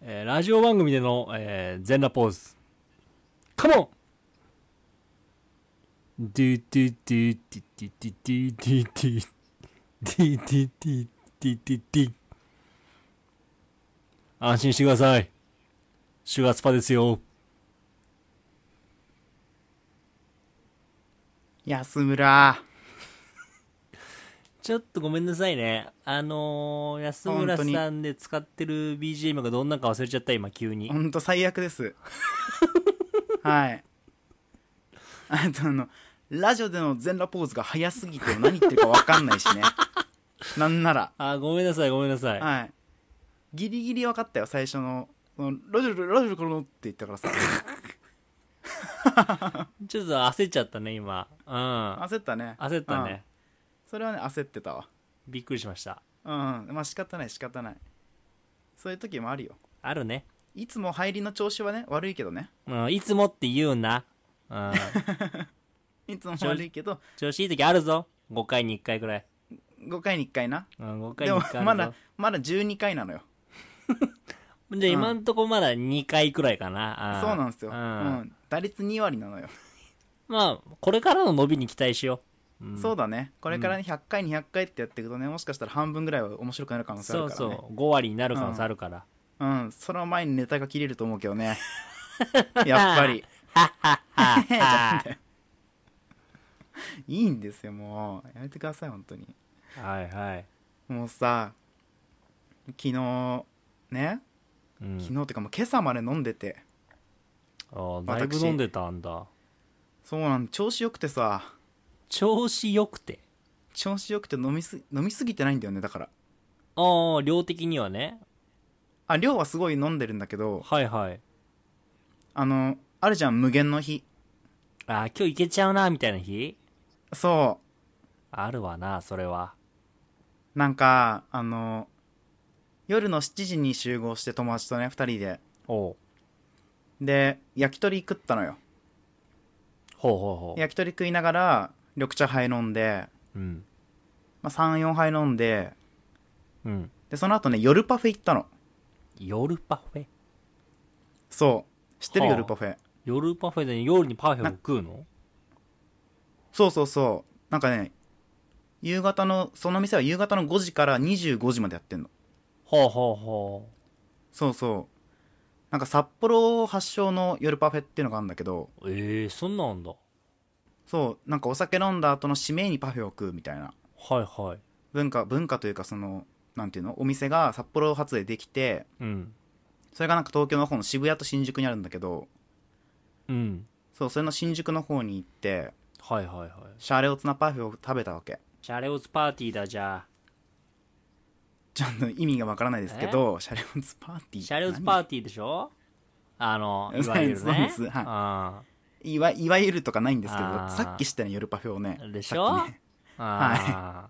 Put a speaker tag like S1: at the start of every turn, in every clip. S1: えーラジオ番組での、えー全裸ポーズ。カモンドゥドゥドゥドゥドゥドゥドゥドゥドゥドゥドゥドゥドゥドゥ安心してください。シュガースパですよ。
S2: 安村
S1: ちょっとごめんなさいね。あのー、安村
S2: 本当
S1: さんで使ってる BGM がどんなか忘れちゃった、今、急に
S2: ほ。んと最悪です はいあとあのラジオでの全裸ポーズが早すぎて何言ってるか分かんな いしねなんなら
S1: あー、ごめんなさい、ごめんなさい。
S2: はいギリギリ分かったよ最初の「そのラジオでラジオでこの」って言ったからさ
S1: ちょっと焦っちゃったね、今。うん。焦
S2: 焦ったね
S1: ったね。
S2: うんそれはね焦ってたわ
S1: びっくりしました。
S2: うんまあ仕方ない仕方ないそういう時もあるよ
S1: あるね。
S2: いつも入りの調子はね悪いけどね
S1: うん、いつもって言うな。うん。
S2: いつも悪いけど
S1: 調子いい時あるぞ。5回に1回くらい。
S2: 5回に1回な
S1: うん、5回
S2: で
S1: に1
S2: も
S1: 回あるぞ。
S2: まだまだ12回なのよ
S1: じゃあ今んとこまだ2回くらいかな。
S2: そうなんですよ、
S1: う。
S2: うんん、打率2割なのよ、
S1: まあ、これからの伸びに期待しよう。うん、
S2: そうだねこれからね100回200回ってやっていくとねもしかしたら半分ぐらいは面白くなる可能性
S1: そう
S2: あるから
S1: そ
S2: ね
S1: う。5割になる可能性あるから。
S2: うんその前にネタが切れると思うけ どねやっぱり
S1: は っはっ
S2: いいんですよもうやめてください本当に
S1: は。はいはい。
S2: もうさ昨日ね
S1: うん
S2: 昨日ってかもう今朝まで飲んでて
S1: あーだいぶ
S2: 私
S1: 飲んでたんだ。
S2: そうなん調子よくてさ
S1: 調子良くて。
S2: 調子よくて飲みす飲みすぎてないんだよねだから
S1: ああ、量的にはね。
S2: あ量はすごい飲んでるんだけど
S1: はいはい。
S2: あのあるじゃん無限の日
S1: ああ、今日いけちゃうな、みたいな日
S2: そ
S1: あるわな、それは。
S2: うなんかあの夜の7時に集合して友達とね2人で
S1: おう
S2: で焼き鳥食ったのよ
S1: ほうほうほ
S2: 焼き鳥食いながら緑茶杯飲んで、
S1: う。うん。
S2: まあ、34杯飲んで
S1: うん。
S2: でその後ね夜パフェ行ったの
S1: 夜パフェ
S2: そう知ってる
S1: はあ
S2: 夜パフェ
S1: 夜パフェで夜にパフェを食うの
S2: そうそうそうなんかね夕方のその店は夕方の5時から25時までやってんの
S1: ほうほうほ
S2: そうそうなんか札幌発祥の夜パフェっていうのがあるんだけど
S1: う。ええー、そんなんだ。
S2: そうなんかお酒飲んだ後の締めにパフェを食うみたいな
S1: はいはい。
S2: 文化文化というかそのなんていうのお店が札幌発でできて
S1: うん。
S2: それがなんか東京の方の渋谷と新宿にあるんだけど
S1: うん。
S2: そうそれの新宿の方に行って
S1: はいはいはい。
S2: シャレオツなパフェを食べたわけ
S1: シャレオツパーティーだじゃあ。
S2: ちょっと意味がわからないですけどシャレオツパーティー
S1: シャレオツパ
S2: ー
S1: ーティーでしょあの、
S2: え
S1: いわゆるね。
S2: そうですはい
S1: あ
S2: いわいわゆるとかないんですけど
S1: あー
S2: さっき知ったね夜パフェをね
S1: でしょ
S2: さっきね
S1: あ。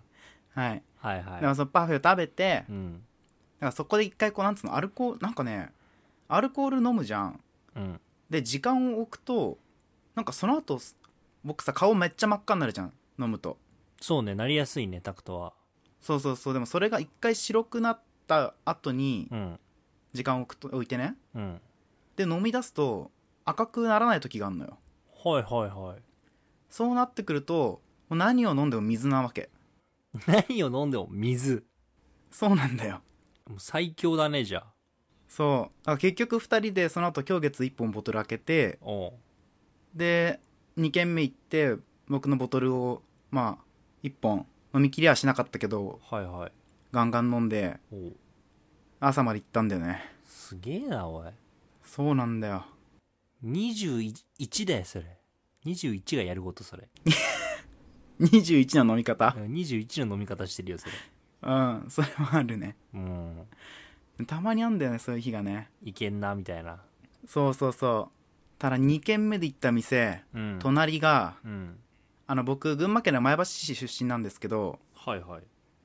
S1: あ
S2: はい、
S1: あ。はいはい。
S2: でもそのパフェを食べて
S1: うん。
S2: なんかそこで一回こうなんつうのアルコールなんかねアルコール飲むじゃん
S1: うん。
S2: で時間を置くとなんかその後僕さ顔めっちゃ真っ赤になるじゃん飲むと
S1: そうね、なりやすいね、タクトは。
S2: そうそうそうでもそれが一回白くなった後に
S1: うん。
S2: 時間を置くと置いてね
S1: うん。
S2: で飲み出すと赤くならない時があるのよ
S1: はいはいはい。
S2: そうなってくるともう何を飲んでも水なわけ
S1: 何を飲んでも水。
S2: そうなんだよ
S1: もう最強だね、じゃあ。
S2: そうだから結局2人でその後今日月1本ボトル開けて
S1: おう
S2: で2軒目行って僕のボトルをまあ1本飲みきりはしなかったけど
S1: はいはい。
S2: ガンガン飲んで
S1: おう
S2: 朝まで行ったんだよね
S1: すげえな、おい。
S2: そうなんだよ
S1: 21だよ、それ。21がやること、それ。
S2: 21の飲み方
S1: 21の飲み方してるよ、それ。
S2: うんそれはあるね
S1: うん。
S2: たまにあんだよねそういう日がね
S1: いけんな、みたいな。
S2: そうそうそうただ2軒目で行った店
S1: うん。
S2: 隣が
S1: うん。
S2: あの僕群馬県の前橋市出身なんですけど
S1: はいはい。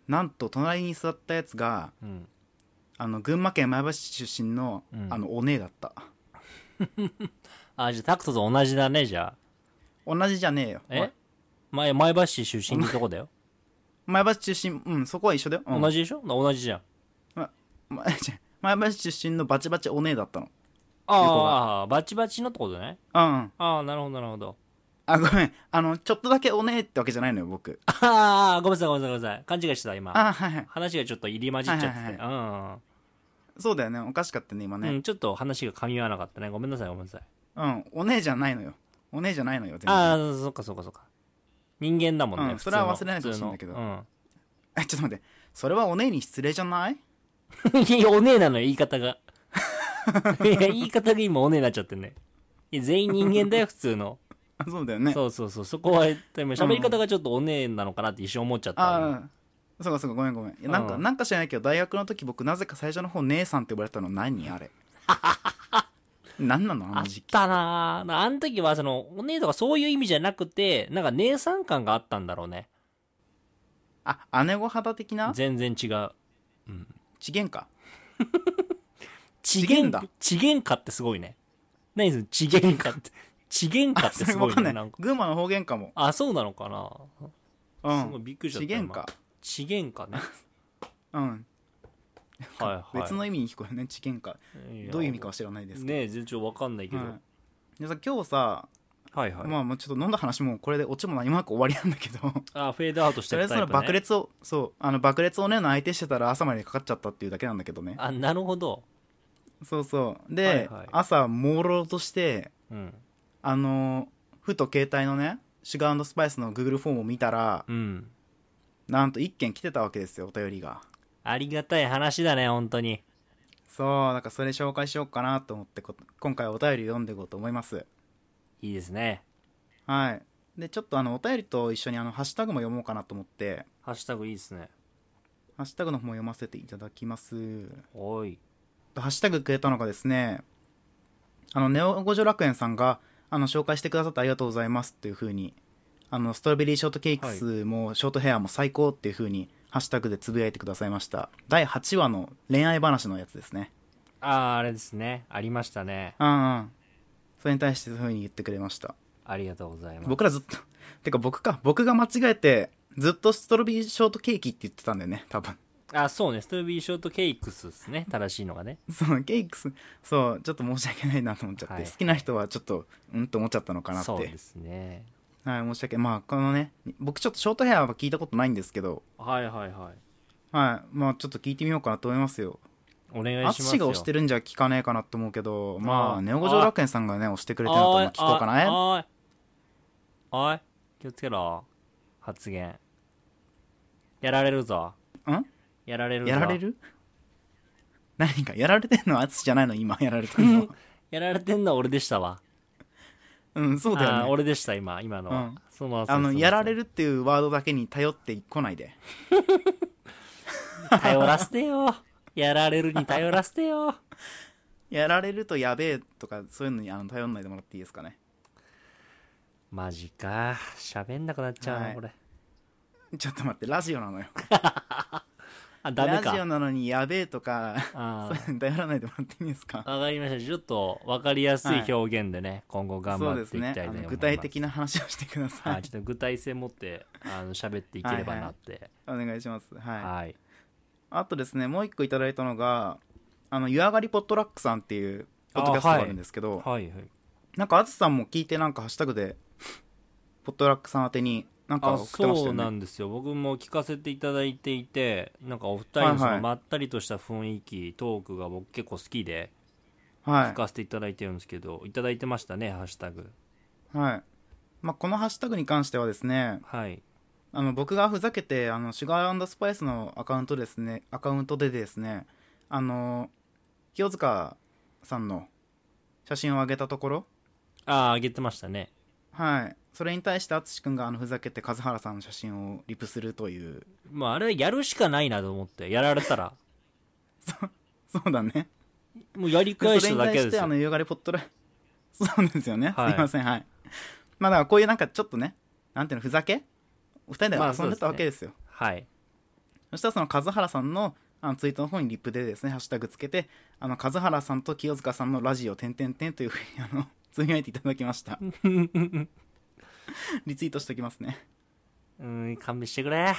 S2: なんと隣に座ったやつが
S1: うん。
S2: あの群馬県前橋市出身の、
S1: うん
S2: あのお姉だった
S1: あ、じゃあタクトと同じだね、じゃあ。
S2: 同じじゃねえよおい
S1: え前、前橋市出身ってとこだよ。
S2: 前橋出身うんそこは一緒だよ、うん
S1: 同じでしょ同じじゃん。
S2: ま、じゃ前橋出身のバチバチお姉だったの
S1: ああ、バチバチのってことね。
S2: うんうん
S1: ああ、なるほど、なるほど。
S2: あごめんあのちょっとだけお姉ってわけじゃないのよ僕
S1: ああ、ごめんなさい、ごめんなさい、ごめんなさい。勘違いしてた、今。
S2: あはいはい
S1: 話がちょっと入り混じっちゃって
S2: はい
S1: て。
S2: は
S1: うん
S2: そうだよねおかしかったね今
S1: う
S2: ね
S1: ん。ちょっと話が噛み合わなかったね。ごめんなさい、ごめんなさい。
S2: うん、お姉じゃないのよお姉じゃないのよ全
S1: あ
S2: 然
S1: あ、そっかそっかそっか。人間だもんね。
S2: うん
S1: 普通
S2: そ
S1: の
S2: れは忘れないでほしいんだけど
S1: 普通の
S2: え ちょっと待ってそれはお姉に失礼じゃない
S1: うん。いや、 おねえなのよ、言い方が。 いや、言い方が今おねえになっちゃってんね。いや、全員人間だ よ、普通の。
S2: あそうだよね
S1: そうそうそう。そこは、でも喋り方がちょっとおねえなのかなって一瞬思っちゃったのよ。
S2: ああそうかそうかごめんごめんいやなんか、
S1: うん
S2: なんか知らないけど大学の時僕なぜか最初の方姉さんって呼ばれたの何あ れ何なのあ
S1: あ
S2: の
S1: っ
S2: 時期
S1: たなぁ。あの時は、その、お姉とかそういう意味じゃなくて、なんか姉さん感があったんだろうね。
S2: あ姉御肌的な
S1: 全然違う。
S2: ちげんか
S1: ち
S2: げんだ。
S1: ちげんかってすごいね。何それ、ちげんか って。ちげんかってす
S2: わ
S1: ごい
S2: かんな
S1: ね。ないんか。
S2: 群馬の方言かも
S1: あ、そうなのかな
S2: う
S1: すごい
S2: ん
S1: びっくりしちゃった。
S2: ちげんか
S1: ちげんかね。
S2: うん
S1: はいはい。
S2: 別の意味に聞こえるねちげんかどういう意味かは知らないですけ
S1: ねえ、全然わかんないけ
S2: ど、
S1: ど。
S2: は
S1: はい
S2: でさ今日さ、
S1: いはい。
S2: まあもうちょっと飲んだ話もこれでオチも何もなく終わりなんだけど
S1: あ、フェードアウトし
S2: と
S1: て
S2: りあえ
S1: るタイプ、
S2: ず その
S1: ね。
S2: 爆裂をそうあの爆裂をねの相手してたら朝までかかっちゃったっていうだけなんだけどね
S1: あ、なるほど。
S2: そうそうで、
S1: はいはい
S2: 朝朦朧として
S1: うん。
S2: あのふと携帯のねシュガースパイスの Google フォームを見たら
S1: うん。
S2: なんと1件来てたわけですよお便りが
S1: ありがたい話だね、本当に。
S2: そうだからそれ紹介しようかなと思ってこ今回はお便り読んでいこうと思います
S1: いいですね。
S2: はいでちょっとあのお便りと一緒にあのハッシュタグも読もうかなと思って
S1: ハッシュタグいいですね。
S2: ハッシュタグの方も読ませていただきます
S1: おい。
S2: ハッシュタグくれたのがですねあのネオ五条楽園さんがあの紹介してくださってありがとうございますっていう風にあのストロベリーショートケーキスも、ショートヘアも最高っていう風にハッシュタグでつぶやいてくださいました第8話の恋愛話のやつですね
S1: あー、あれですね。ありましたね。
S2: うんうんそれに対してそういう風に言ってくれました
S1: ありがとうございます。
S2: 僕らずっと てか僕か僕が間違えてずっとストロベリーショートケーキって言ってたんだよね多分
S1: あ、そうね。ストロベリーショートケイクスですね。正しいのがね。
S2: そうケイクスそうちょっと申し訳ないなと思っちゃって、
S1: はい
S2: 好きな人はちょっとうんと思っちゃったのかなって
S1: そうですね。
S2: はい申し訳まあこのね僕ちょっとショートヘアは聞いたことないんですけど
S1: はいはいはい。
S2: はいまあちょっと聞いてみようかなと思いますよ
S1: お願いします
S2: 淳
S1: よ。
S2: が押してるんじゃ聞かねえかなと思うけどま
S1: あ
S2: あ
S1: ー
S2: ネオ五条楽園さんがね押してくれてるのと
S1: お
S2: 思う
S1: い
S2: 聞こうかなえ
S1: おいおいおい気をつけろ発言やられるぞ
S2: ん
S1: やられるぞ
S2: やられる何かやられてんのは淳じゃないの今やられ てんのは
S1: やられてんのは俺でしたわ
S2: うんそうだ
S1: あー
S2: よね
S1: 俺でした今今のは、
S2: うん
S1: その
S2: あのやられ
S1: る
S2: るっていうワードだけに頼ってこないで
S1: 頼らせてよやられるに頼らせてよ
S2: やられるとやべえとかそういうのにあの頼んないでもらっていいですかね
S1: マジか喋んなくなっちゃうな、
S2: はい
S1: これ
S2: ちょっと待ってラジオなのよ
S1: あダメ
S2: ラ
S1: か
S2: ジオなのにやべえとか
S1: あ
S2: そういうの 頼らないでもらっていいですか
S1: ーわかりましたちょっと分かりやすい表現でね、今後頑
S2: そう
S1: 張
S2: で
S1: っ
S2: す
S1: ていきた
S2: ね
S1: いと
S2: あ
S1: 思います
S2: の具体的な話をしてください、
S1: はい、ちょっと具体性持ってあの喋っていければなって
S2: お願いしますはい、
S1: はい
S2: あとですねもう一個いただいたのがあの湯上がりポットラックさんっていうポッドキャストがあるんですけど、
S1: はいはい
S2: なんかあつさんも聞いてなんかハッシュタグでポットラックさん宛てになんか
S1: あ
S2: 送ってました
S1: そ
S2: よ
S1: うな
S2: ね
S1: んですよ僕も聞かせていただいていてなんかお二人のそ
S2: はいは
S1: の
S2: い
S1: まったりとした雰囲気トークが僕結構好きで聞
S2: は
S1: かせていただいてるんですけどいただいてましたねハッシュタグ
S2: い、はいまあ、このハッシュタグに関してはですね
S1: はい
S2: あの僕がふざけてあのシュガースパイスのアカウントですねアカウントでですねあの清塚さんの写真を上げたところ
S1: ああ上げてましたね
S2: はいそれに対して淳君があのふざけて数原さんの写真をリプするという
S1: まああれやるしかないなと思ってやられた ら
S2: そうだね
S1: もうやり
S2: そ
S1: 返
S2: れに
S1: しただ
S2: 対
S1: け
S2: し
S1: です
S2: て
S1: よ
S2: あの夕がれポットラ そうですよね、
S1: はい
S2: すいませんはいまあだからこういうなんかちょっとねなんていうのふざけお二人で
S1: まあそう
S2: 遊
S1: んで
S2: ですた
S1: ね
S2: わけですよ、
S1: はい
S2: そしたらその数原さんのあのツイートの方にリップでですねハッシュタグつけてあの数原さんと清塚さんのラジオ点々点というふうにあの つぶやいていただきました リツイートしておきますね
S1: うーん勘 弁してくれ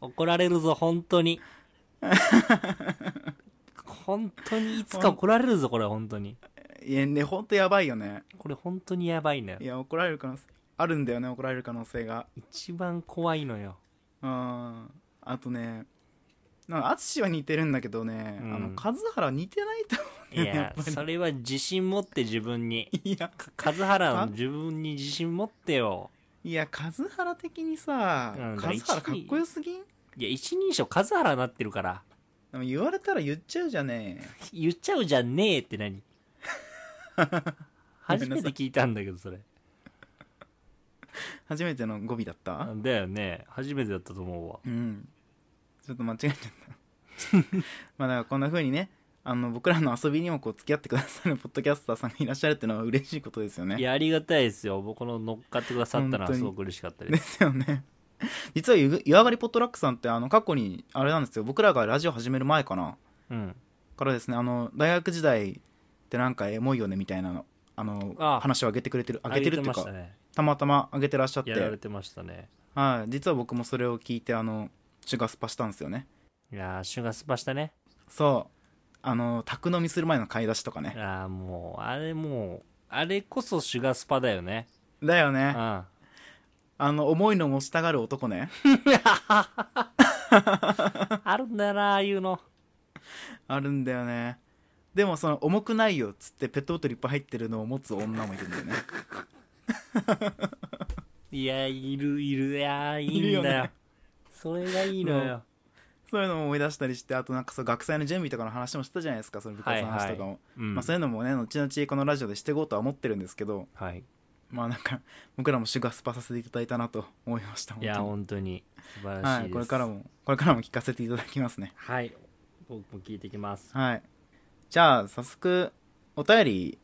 S1: 怒られるぞ本当に本当にいつか怒られるぞ、これは本当に。
S2: いやねほんとやばいよね
S1: これ本当にやばいのよ
S2: い。や怒られる可能性あるんだよね怒られる可能性が
S1: 一番怖いのよ。
S2: うんあとねなんか淳は似てるんだけどね、
S1: うん
S2: あの数原似てないと思
S1: いや、それは自信持って自分 に。
S2: ういや
S1: か数原の自分に自信持ってよ。
S2: いや数原的にさ、
S1: うん
S2: 数原かっこよすぎん
S1: いや、一人称数原になってるから。
S2: でも言われたら言っちゃうじゃねえ
S1: 言っちゃうじゃねえって 何初めて聞いたんだけど、それ。
S2: 初めての語尾だった
S1: だよね。初めてだったと思うわ。
S2: うんちょっと間違えちゃった まあだからこんな風にねあの僕らの遊びにもこう付き合ってくださるポッドキャスターさんがいらっしゃるっていうのは嬉しいことですよね
S1: いや、ありがたいですよ。僕の乗っかってくださったの
S2: 本当
S1: は
S2: に
S1: すごく嬉しかったで。
S2: ですすよね。実は湯、湯上がりポットラックさんって、あの、過去に、あれなんですよ、僕らがラジオ始める前かな、
S1: うん。
S2: からですね、あの、大学時代ってなんかエモいよね、みたいなの、あの、
S1: ああ
S2: 話を上げてくれてる、上げてるっていう
S1: まし
S2: か、
S1: た
S2: た
S1: ね。
S2: またま上げてらっしゃっ
S1: やられ
S2: て、
S1: てましたね。
S2: はい、実は僕もそれを聞いて、あの、シュガースパしたんですよね。
S1: いやー、シュガースパしたね。
S2: そう、あの、宅飲みする前の買い出しとかね。
S1: ああ、もう、あれもう、あれこそシュガースパだよね。
S2: だよ
S1: う
S2: ね、
S1: ん。
S2: あの、重いの持ちたがる男ね。
S1: あるんだな、ああいうの。
S2: あるんだよね。でもその重くないよっつってペットボトルいっぱい入ってるのを持つ女もいるんだよね。
S1: いや、いる、いる、いやー、い
S2: いる
S1: いん
S2: よ
S1: だよ
S2: ね。
S1: それがいいのよ。
S2: そういうのも思い出したりして、あとなんかそう学祭の準備とかの話もしてたじゃないですか、その部活の話とかも。
S1: うん
S2: まあそういうのもね、後々このラジオでしていこうとは思ってるんですけど、
S1: はい。
S2: まあなんか、僕らもシュガースパさせていただいたなと思いました、
S1: いや、
S2: 本
S1: 本当に素晴
S2: 当
S1: らしいで
S2: に
S1: す。
S2: はい、これから。も、これからも聞かせていただきますね。
S1: はい。僕も聞いてきます。
S2: はい。じゃあ、早速、お便り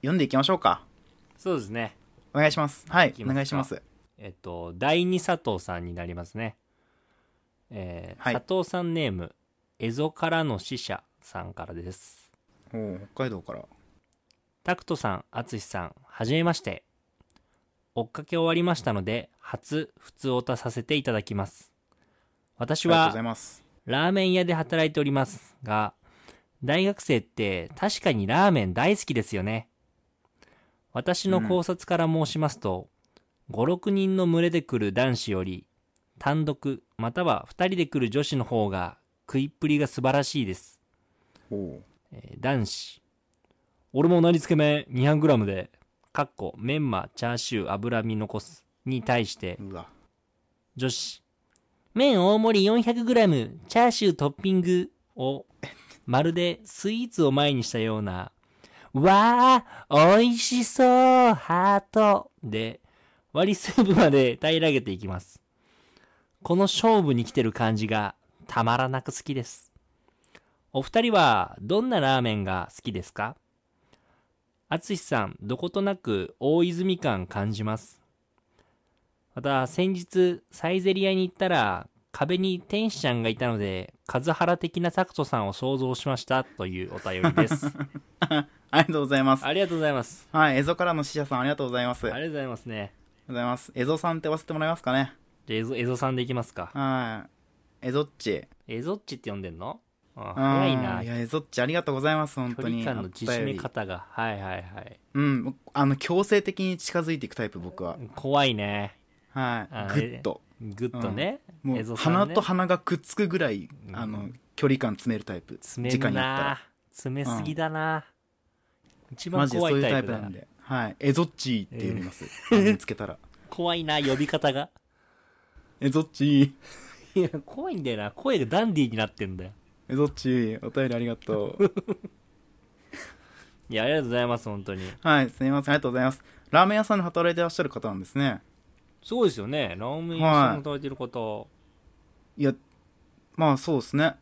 S2: 読んでいきましょうか。
S1: そうですね。
S2: お願いします。はい
S1: い、き
S2: お
S1: ますか
S2: 願いします。
S1: えっと、第二佐藤さんになりますね。えー
S2: はい
S1: 佐藤さんネーム、エゾからの死者さんからです。
S2: おお北海道から。
S1: タクトさん、アツシさん、はじめまして。追っかけ終わりましたので、初、普通おたさせていただきます。私
S2: ありがとう
S1: は
S2: ござい、ます。
S1: ラーメン屋で働いておりますが、大学生って確かにラーメン大好きですよね。私の考察から申しますと、5、6人の群れで来る男子より、単独または2人で来る女子の方が食いっぷりが素晴らしいです。
S2: おお
S1: えー男子。俺もなりつけ麺 200g で、かっこメンマ、チャーシュー、脂身残す。に対して、
S2: うわ。
S1: 女子。麺大盛り 400g、チャーシュートッピングを、まるでスイーツを前にしたような、わー、美味しそう、ハートで、割りスープまで平らげていきます。この勝負に来てる感じがたまらなく好きです。お二人はどんなラーメンが好きですかあつしさん、どことなく大泉感感じます。また先日サイゼリアに行ったら壁に天使ちゃんがいたので数原的なタクトさんを想像しましたというお便りです
S2: ありがとうございます。
S1: ありがとうございます
S2: はい、エゾからの死者さんありがとうございます。
S1: あ
S2: あ
S1: りがとう
S2: りがと
S1: ございますね
S2: うございます。エゾさんって呼ばせてもらえますかね。
S1: じゃあエゾエゾさんでいきますか
S2: はい。エゾッチ。
S1: エゾッチって呼んでんのあ
S2: うん
S1: 早いない
S2: や、エゾッチありがとうございます、本
S1: 距
S2: 当に。
S1: 離感の縮め方がはいはいはい
S2: お便りうん、あの、強制的に近づいていくタイプ、僕は。
S1: 怖いね
S2: はい。
S1: ー
S2: ぐっと。
S1: グッとね、
S2: も
S1: エ
S2: う、
S1: ゾさんね
S2: 鼻と鼻がくっつくぐらい、
S1: ん
S2: あの、距離感詰めるタイプ。
S1: 詰め
S2: 直
S1: る
S2: にやったら
S1: な詰めすぎだな、一
S2: マ
S1: 番
S2: ジでそ
S1: 怖い
S2: うい
S1: うタ
S2: タ
S1: イ
S2: イ
S1: プ
S2: プな
S1: だ
S2: ん
S1: な
S2: で。はい。エゾッチーって呼 びます。あの見つけたら。
S1: 怖いな呼び方が
S2: エゾッチー。
S1: いや怖いんだよな声がダンディーになってんだよ
S2: エゾッチー。お便りありがとう。
S1: いや、ありがとうございます、本当に。
S2: はい。すみません。ありがとうございます。ラーメン屋さんで働いてらっしゃる方なんですね。
S1: すごいですよね。ラーメン屋さんの働いてる方。
S2: いや、まあそうですね。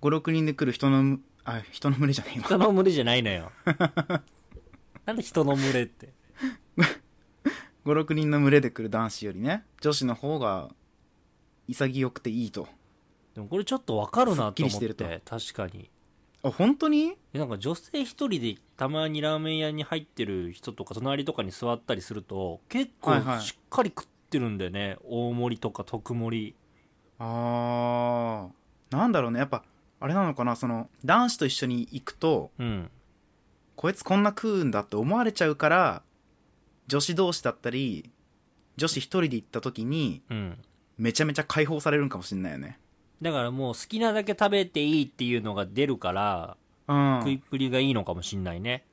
S2: 5、6人で来る人のむ、あ、人の群れじゃねえ
S1: 人の群れじゃないのよ。 なんで人の群れって。
S2: わ。5、6人の群れで来る男子よりね、女子の方が潔くていいと。
S1: でもこれちょっとわかるなと思
S2: すっきりし
S1: ってて、
S2: ると
S1: 確かに。
S2: あ、本当に
S1: えなんか女性一人でたまにラーメン屋に入ってる人とか、隣とかに座ったりすると、結
S2: はいは
S1: 構
S2: い
S1: しっかり食ってるんだよね。大盛りとか特盛り。
S2: あー、なんだろうね。やっぱ、あれなのかなその男子と一緒に行くと
S1: うん。
S2: こいつこんな食うんだって思われちゃうから女子同士だったり女子一人で行った時に
S1: うん。
S2: めちゃめちゃ解放されるんかもしんないよね
S1: だからもう好きなだけ食べていいっていうのが出るから、
S2: うん
S1: 食いっぷりがいいのかもしんないね。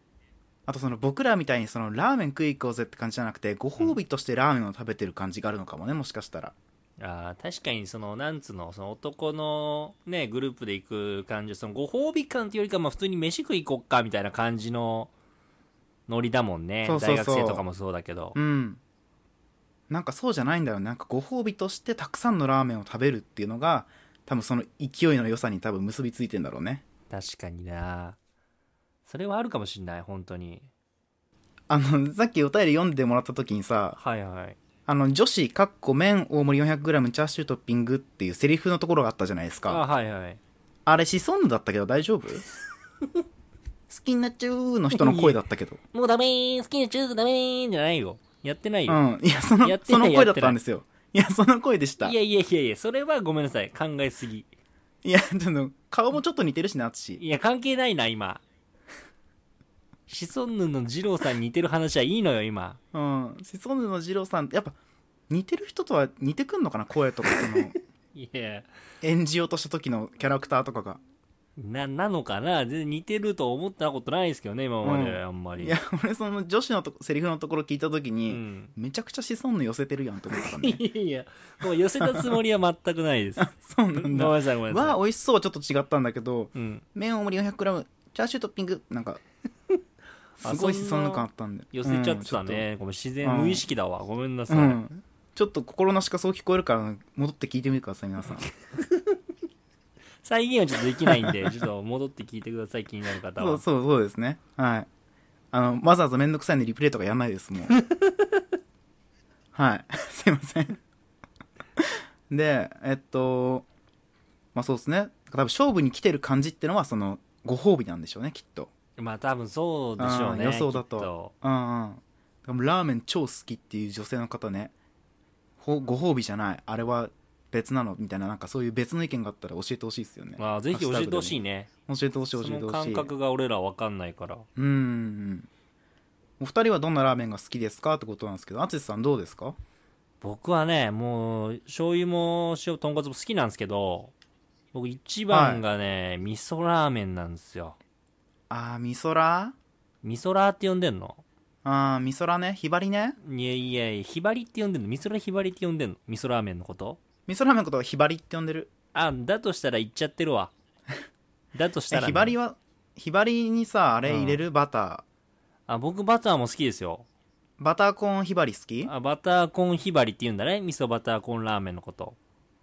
S2: あとその僕らみたいにそのラーメン食い行こうぜって感じじゃなくてご褒美としてラーメンを食べてる感じがあるのかもねもしかしたら
S1: あー確かにそのなんつうのその男のねグループで行く感じそのご褒美感っていうよりかまあ普通に飯食い行こっかみたいな感じのノリだもんね
S2: そうそうそ
S1: 大
S2: う
S1: 学生とかもそうだけど
S2: うんなんかそうじゃないんだよねなんかご褒美としてたくさんのラーメンを食べるっていうのが多分その勢いの良さに多分結びついてんだろうね
S1: 確かになそれはあるかもしんない本当に
S2: あのさっきお便り読んでもらった時にさ
S1: はいはい
S2: あの女子かっこ麺大盛り 400g チャーシュートッピングっていうセリフのところがあったじゃないです
S1: あ
S2: か
S1: はいはい
S2: あれシソンヌだったけど大丈 夫好きになっちゃうの人の声だったけど
S1: もうダメー好きなチューズダメーじゃないよやってないよ、
S2: うん。いや、その
S1: やっ、てな
S2: そ
S1: い
S2: の声だったんですよ。いや、その声でした。
S1: い
S2: い
S1: やいやいやいやそれはごめんなさい考えすぎ
S2: や、ちょっと、顔もちょっと似てるしな、私。
S1: いや関係ないな 今シソンヌの二郎さんに似てる話はいいのよ今
S2: うん。シソンヌの二郎さんって、やっぱ、似てる人とは似てくんのかな、声とか、その、
S1: いや
S2: 演じようとした時のキャラクターとかが。
S1: な、なのかな全然似てると思ったことないですけどね、今まで、
S2: うん
S1: あんまり。
S2: いや、俺、その、女子のとこセリフのところ聞いた時
S1: う
S2: に、
S1: ん。
S2: めちゃくちゃシソンヌ寄せてるやんと思ったね。
S1: いやいや、もう寄せたつもりは全くないです。
S2: そう
S1: ご
S2: な
S1: め
S2: ん
S1: ん
S2: だ。わ
S1: なさい、ごめんなさ
S2: あ、美味しそうはちょっと違ったんだけど、
S1: い。うん。
S2: 麺大盛り 400g、チャーシュートッピング、なんか、
S1: あ
S2: すごい
S1: そんな
S2: シソンヌ感あったんで。
S1: 寄せちゃってた
S2: うんちょっと
S1: ね。ごめん、自然無意識だわ。ごめんなさい。
S2: うん、ちょっと心なしかそう聞こえるから戻って聞いてみてください皆さん
S1: 再現はちょっとできないんで、ちょっと戻って聞いてください、気になる方
S2: そう
S1: は。
S2: そうそうですねはいあのわざわざ面倒くさいんでリプレイとかやんないですもう はい すいませんでえっとまあそうですね多分勝負に来てる感じってのはそのご褒美なんでしょうねきっと
S1: まあ多分そうでしょうね。
S2: うん予想だと
S1: きっと。
S2: うんうんでもラーメン超好きっていう女性の方ねほご褒美じゃないあれは別なのみたいななんかそういう別の意見があったら教えてほしいですよね
S1: まあぜひ教えてほしいね。
S2: 教えてほしい教
S1: そ
S2: えて
S1: の
S2: ほし
S1: 感
S2: い
S1: 覚が俺らわかんないから。
S2: うんうんお二人はどんなラーメンが好きですかってことなんですけど淳さんどうですか
S1: 僕はねもう醤油も塩豚骨も好きなんですけど僕一番がね、味噌ラーメンなんですよ
S2: あー味噌ラー
S1: 味噌ラーって呼んでんの
S2: あー味噌ラーねひばりね
S1: いやいやいやひばりって呼んでんの味噌ラーひばりって呼んでんの味噌ラーメンのこと
S2: 味噌ラーメンのことはひばりって呼んでる
S1: あだとしたら言っちゃってるわ だとした
S2: え
S1: らね、
S2: ひばりはひばりにさあれ入れる、バタ
S1: あ僕バターも好きですよ
S2: ーバターコーンひばり好き
S1: あバターコーンひばりって言うんだね味噌バターコーンラーメンのこと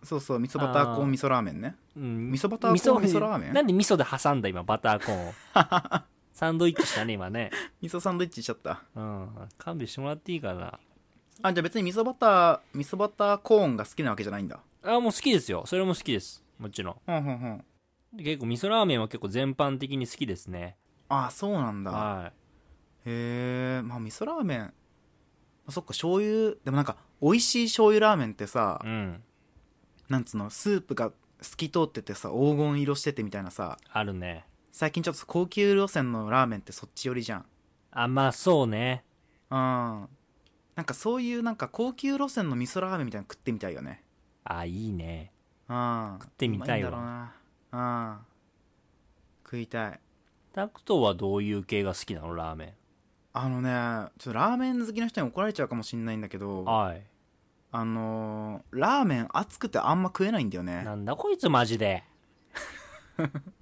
S2: そうそう味噌バターコー
S1: あー
S2: ン味噌ラーメンね
S1: うん
S2: 味噌バターコーン
S1: 味噌
S2: 味噌ラーメン
S1: なんで味噌で挟んだ今バターコーンをサンドイッチしたね今ね
S2: 味噌サンドイッチしちゃった
S1: うん勘弁してもらっていいかな
S2: あじゃあ別に味噌バター味噌バターコーンが好きなわけじゃないんだ
S1: あもう好きですよそれも好きですもちろん
S2: うんうんうん
S1: で結構味噌ラーメンは結構全般的に好きですね
S2: あーそうなんだ
S1: は
S2: へえまあ味噌ラーメンあそっか醤油でもなんか美味しい醤油ラーメンってさ、
S1: いうん
S2: なんつうのスープが透き通っててさ黄金色しててみたいなさ
S1: あるね
S2: 最近ちょっと高級路線のラーメンってそっち寄りじゃんうん
S1: あまあそうね
S2: なんかそういうなんか高級路線の味噌ラーメンみたいなの食ってみたいよね
S1: あいいね
S2: うん食って
S1: みたいわ
S2: だろうなうん食いたい
S1: タクトはどういう系が好きなのラーメ
S2: あのねちょっとラーメン好きな人に怒られちゃうかもしんないんだけど
S1: ン
S2: あ
S1: はい
S2: のーラーメン熱くてあんま食えないんだよね
S1: なんだこいつマジで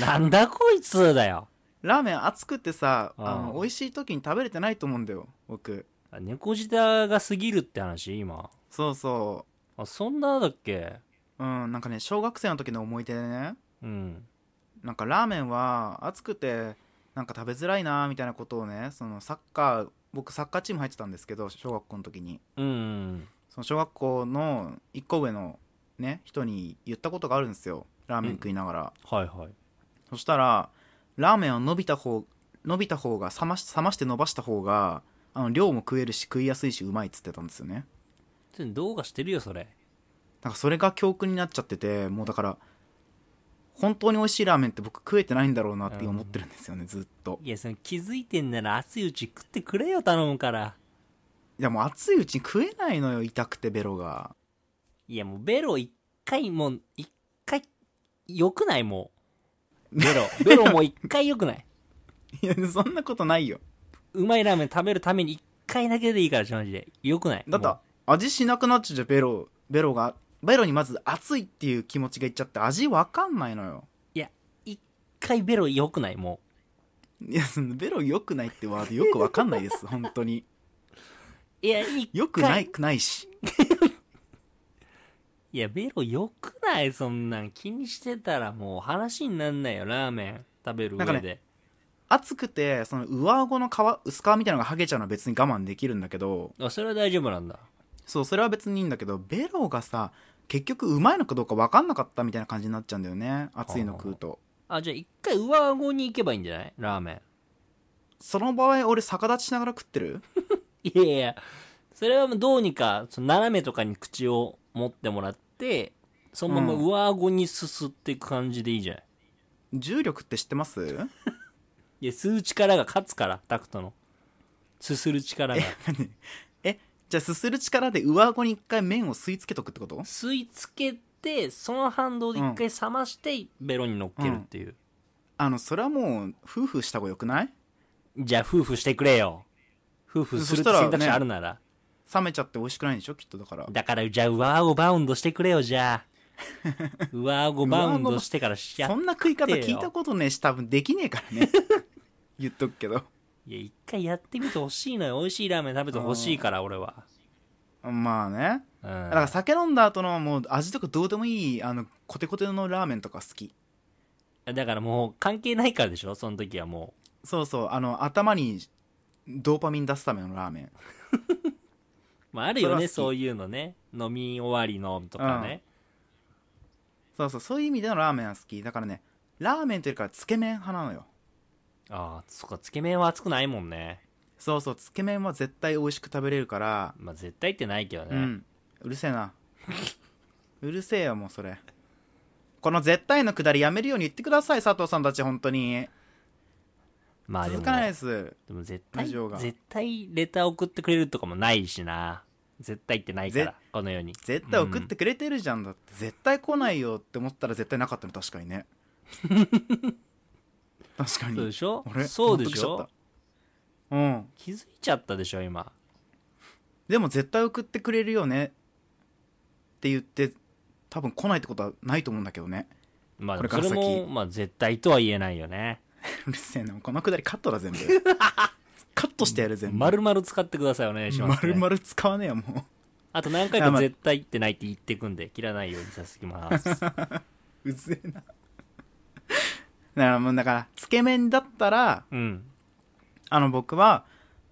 S1: なんだこいつだよ
S2: ラーメン熱くってさ
S1: あ
S2: あ
S1: ー
S2: の美味しい時に食べれてないと思うんだよ僕
S1: あ猫舌が過ぎるって話今
S2: そうそ
S1: あそんなだっけ
S2: ううんなんかね小学生の時の思い出でね
S1: うん
S2: なんかラーメンは熱くてなんか食べづらいなみたいなことをねそのサッカー僕サッカーチーム入ってたんですけど小学校の時に
S1: うん
S2: その小学校の1個上のね人に言ったことがあるんですよラーメン食いながら、
S1: はいはい
S2: そしたらラーメンは伸びた方伸びた方が冷まし冷まして伸ばした方があの量も食えるし食いやすいしうまいっつってたんですよね
S1: どうかしてるよそれ
S2: なんかそれが教訓になっちゃっててもうだから本当に美味しいラーメンって僕食えてないんだろうなって今思ってるんですよね、ずっと。
S1: いや、その気づいてんなら熱いうち食ってくれよ、頼むから。
S2: いやもう熱いうちに食えないのよ、痛くてベロが。
S1: いや、もうベロ一回もう、一回、良くないもう。 ベロ。ベロもう一回良くない。
S2: いや、そんなことないよ。
S1: うまいラーメン食べるために一回だけでいいから、マジで。良くない。
S2: だっ
S1: も
S2: て味しなくなっちゃうじゃん、ベロ、ベロが。ベロにまず熱いっていう気持ちがいっちゃって味わかんないのよ。
S1: ういや、一回ベロ良くない、も
S2: いや、そのベロ良くないってワードよくわかんないです、本当に。
S1: う。いや、一回。
S2: 良くないくないし。
S1: いや、ベロ良くないそんなん気にしてたらもう話になんないよ、ラーメン食べる上
S2: なんか
S1: で。
S2: 熱くて、その上顎の皮、薄皮みたいなのが剥げちゃうのは別に我慢できるんだけど、
S1: あ、それは大丈夫なんだ。
S2: そう、それは別にいいんだけど、ベロがさ、結局うまいのかどうかわかんなかったみたいな感じになっちゃうんだよね。熱いの食うと。
S1: あ、じゃあ一回上顎に行けばいいんじゃないラーメン。
S2: その場合俺逆立ちしながら食ってる
S1: いや いや、それはもうどうにか、その斜めとかに口を持ってもらって、そのまま
S2: うん
S1: 上顎にすすっていく感じでいいじゃない、
S2: 重力って知ってます
S1: いや、吸う力が勝つから、タクトの。すする力が。
S2: えじゃあすする力で上顎に一回麺を吸い付けとくってこと
S1: 吸い付けて、その反動で一回冷まして、ベロに乗っけるっていう。
S2: あのそれはもう夫婦した方がよくない
S1: じゃあ夫婦してくれよ。夫婦するって選択肢あるなら。
S2: 冷めちゃって美味しくないんでしょきっとだから
S1: だから、じゃあ上顎バウンドしてくれよ、じ ゃあ。上顎バウンドしてからしや
S2: そんな食い方
S1: やって
S2: 聞
S1: よ
S2: いたことねえし多分できねえから ね言っとくけど
S1: いや、一回やってみてほしいのよ。美味しいラーメン食べてほしいから、俺は。
S2: まあね
S1: う
S2: だから
S1: ん。
S2: 酒飲んだ後のもう味とかどうでもいいあのコテコテのラーメンとか好き
S1: だからもう関係ないからでしょその時はも
S2: そうそうあの頭にドーパミン出すためのラーメン
S1: う。まあ、あるよね、
S2: それは好き
S1: そういうのね。飲み終わりのとかね。
S2: そうそうそういう意味でのラーメンは好きだからねラーメンというよりからつけ麺派なのよ
S1: ああ、そっか、つけ麺は熱くないもんね。
S2: そうそうつけ麺は絶対美味しく食べれるから
S1: まあ、絶対ってないけどね。
S2: うんうるせえな うるせえよもうそれこの絶対のくだりやめるように言ってください佐藤さんたち本当に
S1: まあで
S2: 続
S1: も、
S2: かないです
S1: でも絶対、
S2: ラジオが
S1: 絶対レター送ってくれるとかもないしな。絶対ってないか
S2: ぜ
S1: ら、この世に。
S2: 絶対送ってくれてるじゃんだって、絶対来ないよって思ったら絶対なかったの確 かにね確か
S1: そうで
S2: に
S1: しょ
S2: あれ
S1: そうで
S2: 納得
S1: し
S2: ちゃっ
S1: ょ
S2: たうん
S1: 気づいちゃったでしょ、今。
S2: でも絶対送ってくれるよねって言って多分来ないってことはないと思うんだけどね
S1: まあ、
S2: こ
S1: で
S2: れ
S1: も
S2: か
S1: そ
S2: ら
S1: れ
S2: 先
S1: も、まあ、絶対とは言えないよね。
S2: うるせえなこのくだりカットだ全部 カットしてやる全部
S1: 丸々使ってください、お願いします、ね。
S2: 丸々使わねえよもう
S1: あと何回
S2: あ
S1: か
S2: まあ
S1: 絶対ってないって言ってくんで、切らないようにさせてます。
S2: うぜえな。だからもうだから、つけ麺だったら、
S1: うん。
S2: あの僕は、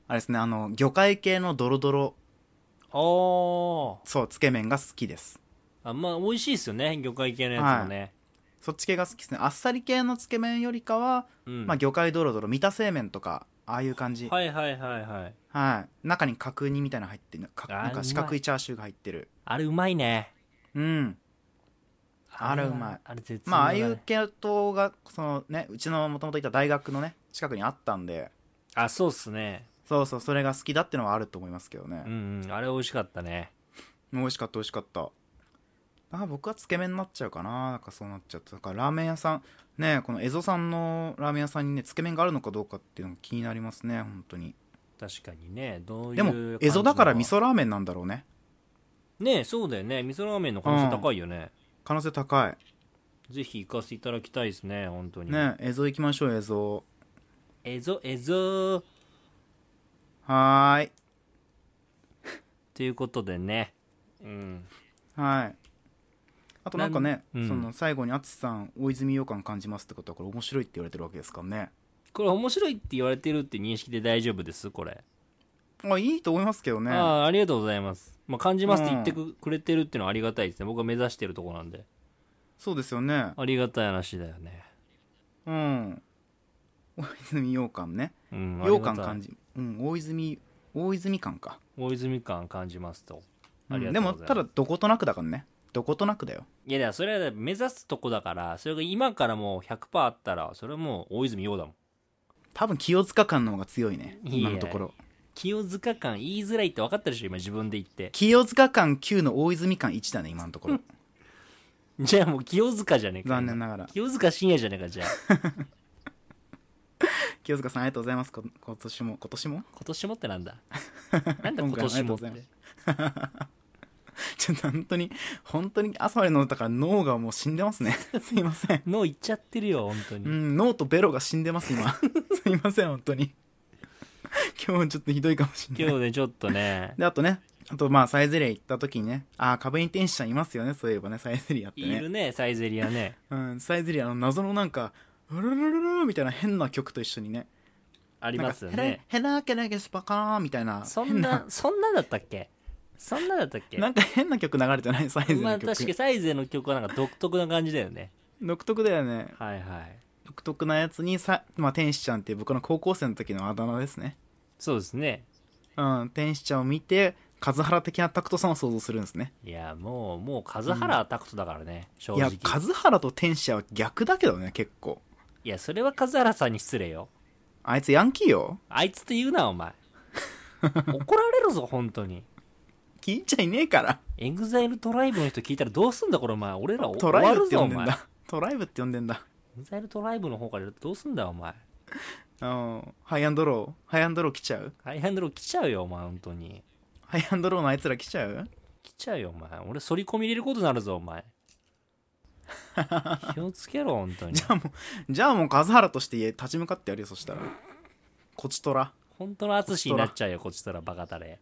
S2: あれですね、あの、魚介系のドロドロ、
S1: おー。
S2: そう、つけ麺が好きです。
S1: あまあ、美味しいですよね、魚介系のやつもね。
S2: そっち系が好きですね。あっさり系のつけ麺よりかは、
S1: うん。
S2: まあ魚介ドロドロ、三田製麺とか、ああいう感じ。はい。
S1: はいはいはいはい。
S2: 中に角煮みたいなの入ってる。か
S1: あー
S2: なんか四
S1: う
S2: 角
S1: ま
S2: いチャーシューが入ってる。
S1: あれうまいね。
S2: うん。あれうまい
S1: あれ絶妙
S2: まあ、あ
S1: だ
S2: あ
S1: ね
S2: いう系統が、そのね、うちのもともといた大学のね、近くにあったんで、
S1: あ、そうっすね。
S2: そうそう、それが好きだってのはあると思いますけどね。
S1: うんうん。あれ美味しかったね。
S2: 美味しかった美味しかったあ僕はつけ麺になっちゃうかななんかそうなっちゃっただからラーメン屋さんねこの蝦夷さんのラーメン屋さんにねつけ麺があるのかどうかっていうのが気になりますね本当に
S1: 確かにね。どういう
S2: でも
S1: 感じ
S2: 蝦
S1: の
S2: 夷だから味。噌ラーメンなんだろうね
S1: ねえそうだよね。味噌ラーメンの可能性高いよね。
S2: 可能性高い
S1: ぜひ行かせていただきたいですね、本当に。
S2: ね蝦夷行きましょう蝦夷
S1: えぞえぞー。
S2: はーい
S1: ということでね。うん。
S2: はいあとなんかね、
S1: なんうん
S2: その最後に淳さん大泉洋感感じますってことはこれ面白いって言われてるわけですからね
S1: これ面白いって言われてるって認識で大丈夫ですこれ。
S2: まあいいと思いますけどね
S1: ああ、ありがとうございます。まあ、感じますって言ってくくれてるっていうのはありがたいですね。僕が目指してるとこなんで。
S2: そうですよね
S1: ありがたい話だよね。
S2: うん大泉洋感ね
S1: うん。
S2: 羊羹感
S1: じ。
S2: じ、うん、大泉大泉感か
S1: 大泉感感じますと。ありが
S2: で
S1: とうご
S2: も
S1: ざいます。
S2: ただどことなくだからねどことなくだよ。
S1: いやだからそれは目指すとこだからそれが今からもう100%あったらそれはもう大泉洋だもん
S2: 多分清塚感の方が強いね。
S1: いいえ
S2: 今のところ。
S1: 清塚感言いづらいって分かったでしょ今自分で言って
S2: 清塚感9の大泉感1だね、今のところ。
S1: じゃあもう清塚じゃねえか
S2: 残念ながら。
S1: 清塚信也じゃねえかじゃあ
S2: 清塚さんありがとうございます。こ今年も、今年も
S1: 今年もってなん だなんだ
S2: 今
S1: 今
S2: 回
S1: 年も
S2: もありがとうご
S1: っ
S2: ざい
S1: て
S2: ますちょっと本当に、本当に朝まで飲んだから脳がもう死んでま すね。すいません。
S1: 脳いっちゃってるよ本当
S2: う
S1: に
S2: ん、脳とベロが死んでます、今。 すいません、本当に。今日ちょっとひどいかもしれ
S1: 今
S2: ない。
S1: 日ねちょっとね
S2: で、あと ね、あとまあサイゼリア行った時にね、ああ、壁に天使ちゃんいますよね、そういえばね、サイゼリアって
S1: いる
S2: ね。
S1: ねサイゼリアね
S2: うん、サイゼリアの謎のなんか、ルルルルルみたいな変な曲と一緒にね。
S1: あ
S2: あ
S1: りますよね。
S2: ヘラヘラケラケスパカーンみたいな。
S1: そんな、そんなだったっけそんなだったっけ
S2: 変な。なんか変な曲流れてないサイゼリ
S1: ま
S2: ア
S1: あ
S2: の
S1: 確かに
S2: 曲。
S1: サイゼの曲はなんか独特な感じだよね。
S2: 独特だよね。
S1: はいはい。
S2: 独特なやつにさ、まあ、天使ちゃんっていう僕の高校生の時のあだ名ですね。
S1: そうですね。
S2: うん、天使ちゃんを見て、カズハラ的なタクトさんを想像するんですね。
S1: いや、もう、もう、数原拓人だからね、正
S2: いや
S1: 直。い、
S2: カズハラと天使ちゃんは逆だけどね、結構。
S1: や、それは数原さんに失礼よ。
S2: あいつヤンキーよ。
S1: あいつって言うな、 お前。怒られるぞ、本当に。
S2: 聞いちゃいねえから。
S1: エグザイルトライブの人聞いたらどうすんだ、これ、お前。俺らお
S2: ト
S1: 終
S2: ラ
S1: わ
S2: イブ
S1: る
S2: って
S1: ぞ、
S2: 呼
S1: お
S2: んでん
S1: 前。エ
S2: だ。トライブって呼んでんだ。
S1: グザイルトライブの方からどうすんだ、お前。
S2: うん、ハイアンドロー。ハイアンドロー来ちゃう
S1: ハイハンドル来ちゃうよ、お前、本当に。
S2: ハイアンドローのあいつら来ちゃう
S1: 来ちゃうよ、お前。俺、反り込み入れることになるぞ、お 前。気をつけろ、本当に
S2: じ。ゃあもう、じゃあもうカズハラとして立ち向かってやるよ、そしたら。こちとら。
S1: 本当の淳になっちゃうよ、こっちとらバカタレ。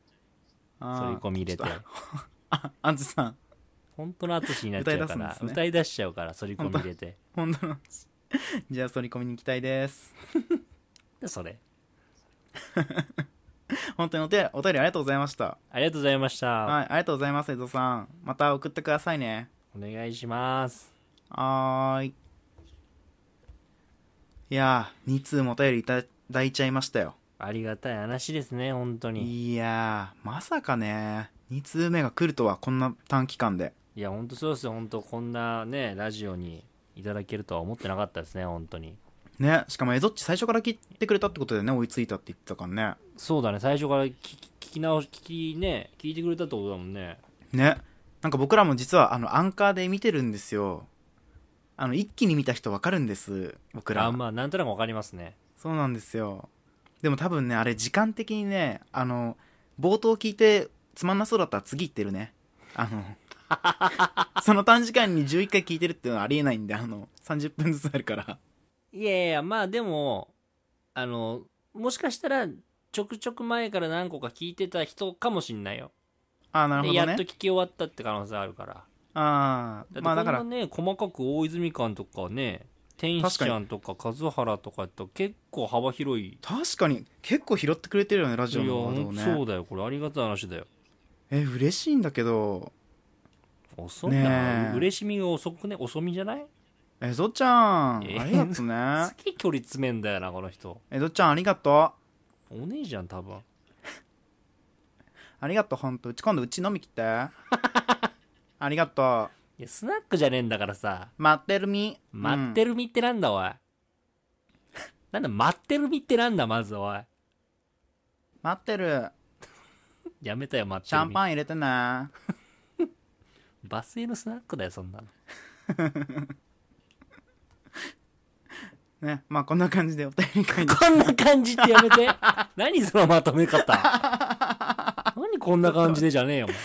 S1: 反り込み入れて
S2: ちょ。っとあ、アンジさん。
S1: 本当の淳になっちゃうから、
S2: 歌い出すんですね
S1: 歌い出しちゃうから、反り込み入れて。
S2: 本当の話じゃあ反り込みに行きたいです
S1: で、それ。
S2: 本当にお手お便りありがとうございました
S1: ありがとうございました。
S2: はいありがとうございます江戸さんまた送ってくださいね
S1: お願いします。
S2: はーいいやー2通もお便りいただいちゃいましたよ
S1: ありがたい話ですね、本当に。
S2: いやーまさかね2通目が来るとはこんな短期間で
S1: いや、本当そうですよ、本当こんなね、ラジオにいただけるとは思ってなかったですね、本当に。
S2: ねしかも江戸っち最初から聞いてくれたってことでね追いついたって言ってたからね
S1: そうだね、最初から聞き聞き直し、聞きね、聞いてくれたってことだもんね。
S2: ねなんか僕らも実はあのアンカーで見てるんですよあの一気に見た人わかるんです僕ら
S1: あ、まあ、なんとなくわかりますね。
S2: そうなんですよでも多分ねあれ時間的にねあの冒頭聞いてつまんなそうだったら次行ってるね あのその短時間に11回聞いてるっていうのはありえないんであの30分ずつあるから
S1: いやいや、まあでも、あの、もしかしたら、ちょくちょく前から何個か聞いてた人かもしんないよ。
S2: ああなるほ
S1: でや
S2: ど
S1: っ
S2: ね
S1: と聞き終わったって可能性あるから。
S2: あ
S1: だ
S2: あ
S1: って
S2: まあだから
S1: こんなね、細かく大泉館とかね、天使ちゃんとか、数原とかと結構幅広い。
S2: 確かに結構拾ってくれてるよねラ
S1: い
S2: ジ
S1: や、
S2: オのワード
S1: ほ
S2: を
S1: んそう
S2: ね
S1: だよ。これありがたい話だよ。
S2: え嬉しいんだけど
S1: 遅いな。
S2: ねえ
S1: 嬉しみが遅くね、遅みじゃない
S2: えぞちゃん、
S1: え
S2: ありがとうね
S1: すげえ距離詰めんだよな、この人。
S2: えぞちゃんありがと
S1: お姉じゃん、多分。
S2: うありがとうほんとうち今度うち飲み 来てありがとう
S1: いや、スナックじゃねえんだからさ。
S2: 待ってるみ
S1: 待ってる身ってなんだ、おい。なんだ、待ってる身ってなんだ、まず、おい。
S2: 待ってる
S1: やめたよ、待っ
S2: シ
S1: てる
S2: ャ
S1: 身
S2: ン。パン入れてね
S1: バスへのスナックだよ、そんなの。
S2: ねまあこんな感じでお便り会 に
S1: こんな感じってやめ て。何そのまとめ方。何こんな感じでじゃねえよ、お前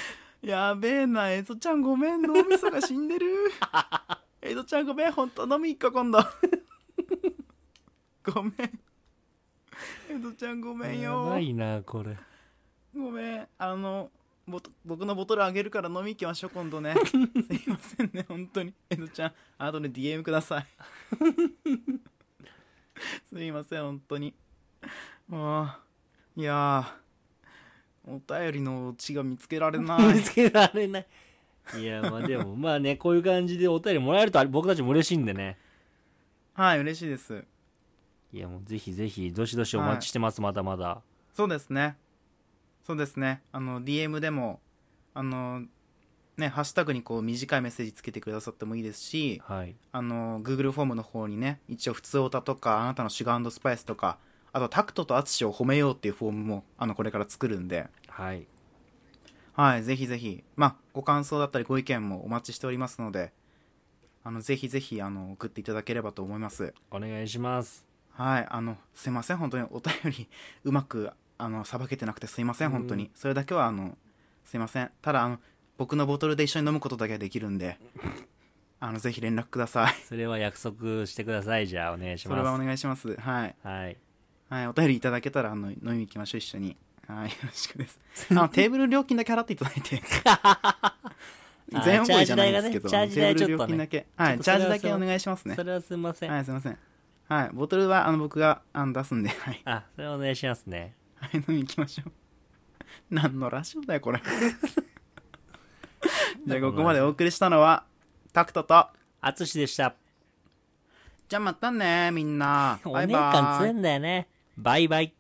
S2: やべえなえぞちゃんごめん脳みそが死んでるえぞちゃんごめんほんと飲み行こう今度 ごめんえぞちゃんごめん
S1: や
S2: よ
S1: ばいな、これ。
S2: ごめんあのボト僕のボトルあげるから飲み行きましょう今度ねすいませんね本当にえのちゃん後で DM くださいすいません本当にもういやーお便りの血が見つけられな
S1: 見
S2: い
S1: つけられない。いや、まあでも、まあね、こういう感じでお便りもらえるとあれ僕たちも嬉しいんでね。
S2: はい嬉しいです
S1: いや、もうぜひぜひ、どしどしお待ちしてます、まだまだ。
S2: そうですねそうですねあの DM でもあのね、ハッシュタグにこう短いメッセージつけてくださってもいいですし、
S1: はい。
S2: あの、Google フォームの方にね、一応、普通オタとか、あなたのシュガースパイスとか、あと、タクトとアツシを褒めようっていうフォームも、あの、これから作るんで、
S1: はい。
S2: はい、ぜひぜひ、まあ、ご感想だったりご意見もお待ちしておりますので、あの、ぜひぜひ、あの、送っていただければと思います。
S1: お願いします。
S2: はい、あの、すいません、本当にお便りうまく、あの、さばけてなくてすいません、本当に。それだけは、あの、すいません。ただ、あの、僕のボトルで一緒に飲むことだけはできるんで、あの、ぜひ連絡ください。
S1: それは約束してください。じゃあ、お願いし
S2: それはお
S1: ま
S2: 願いします。はい。
S1: す。はい。
S2: はい、お便りいただけたら、あの、飲みに行きましょう、一緒に。はい、よろし くです。あの、テーブル料金だけ払っていただいて。
S1: あー
S2: 全方位じゃないですけど、
S1: チャージ代がねチャージ代
S2: テーブル料金だけ。は
S1: ちょ
S2: い、
S1: っと
S2: チ
S1: そ
S2: ャ
S1: れ
S2: ー
S1: は
S2: ジだけお願いしますね
S1: そ。れはすいません。
S2: はい、すいません。はい、ボトルは、あの、僕が、あの、出すんで、はい。
S1: あ、それはお願いしますね。
S2: はい、飲みに行きましょう。何のラジオだよ、 これ。じゃあ、ここまでお送りしたのは、タクトと、
S1: あつしでした。
S2: じゃあまたね、みんな。
S1: お
S2: バイ
S1: 姉
S2: バイ。
S1: 感強いんだよね。バイバイ。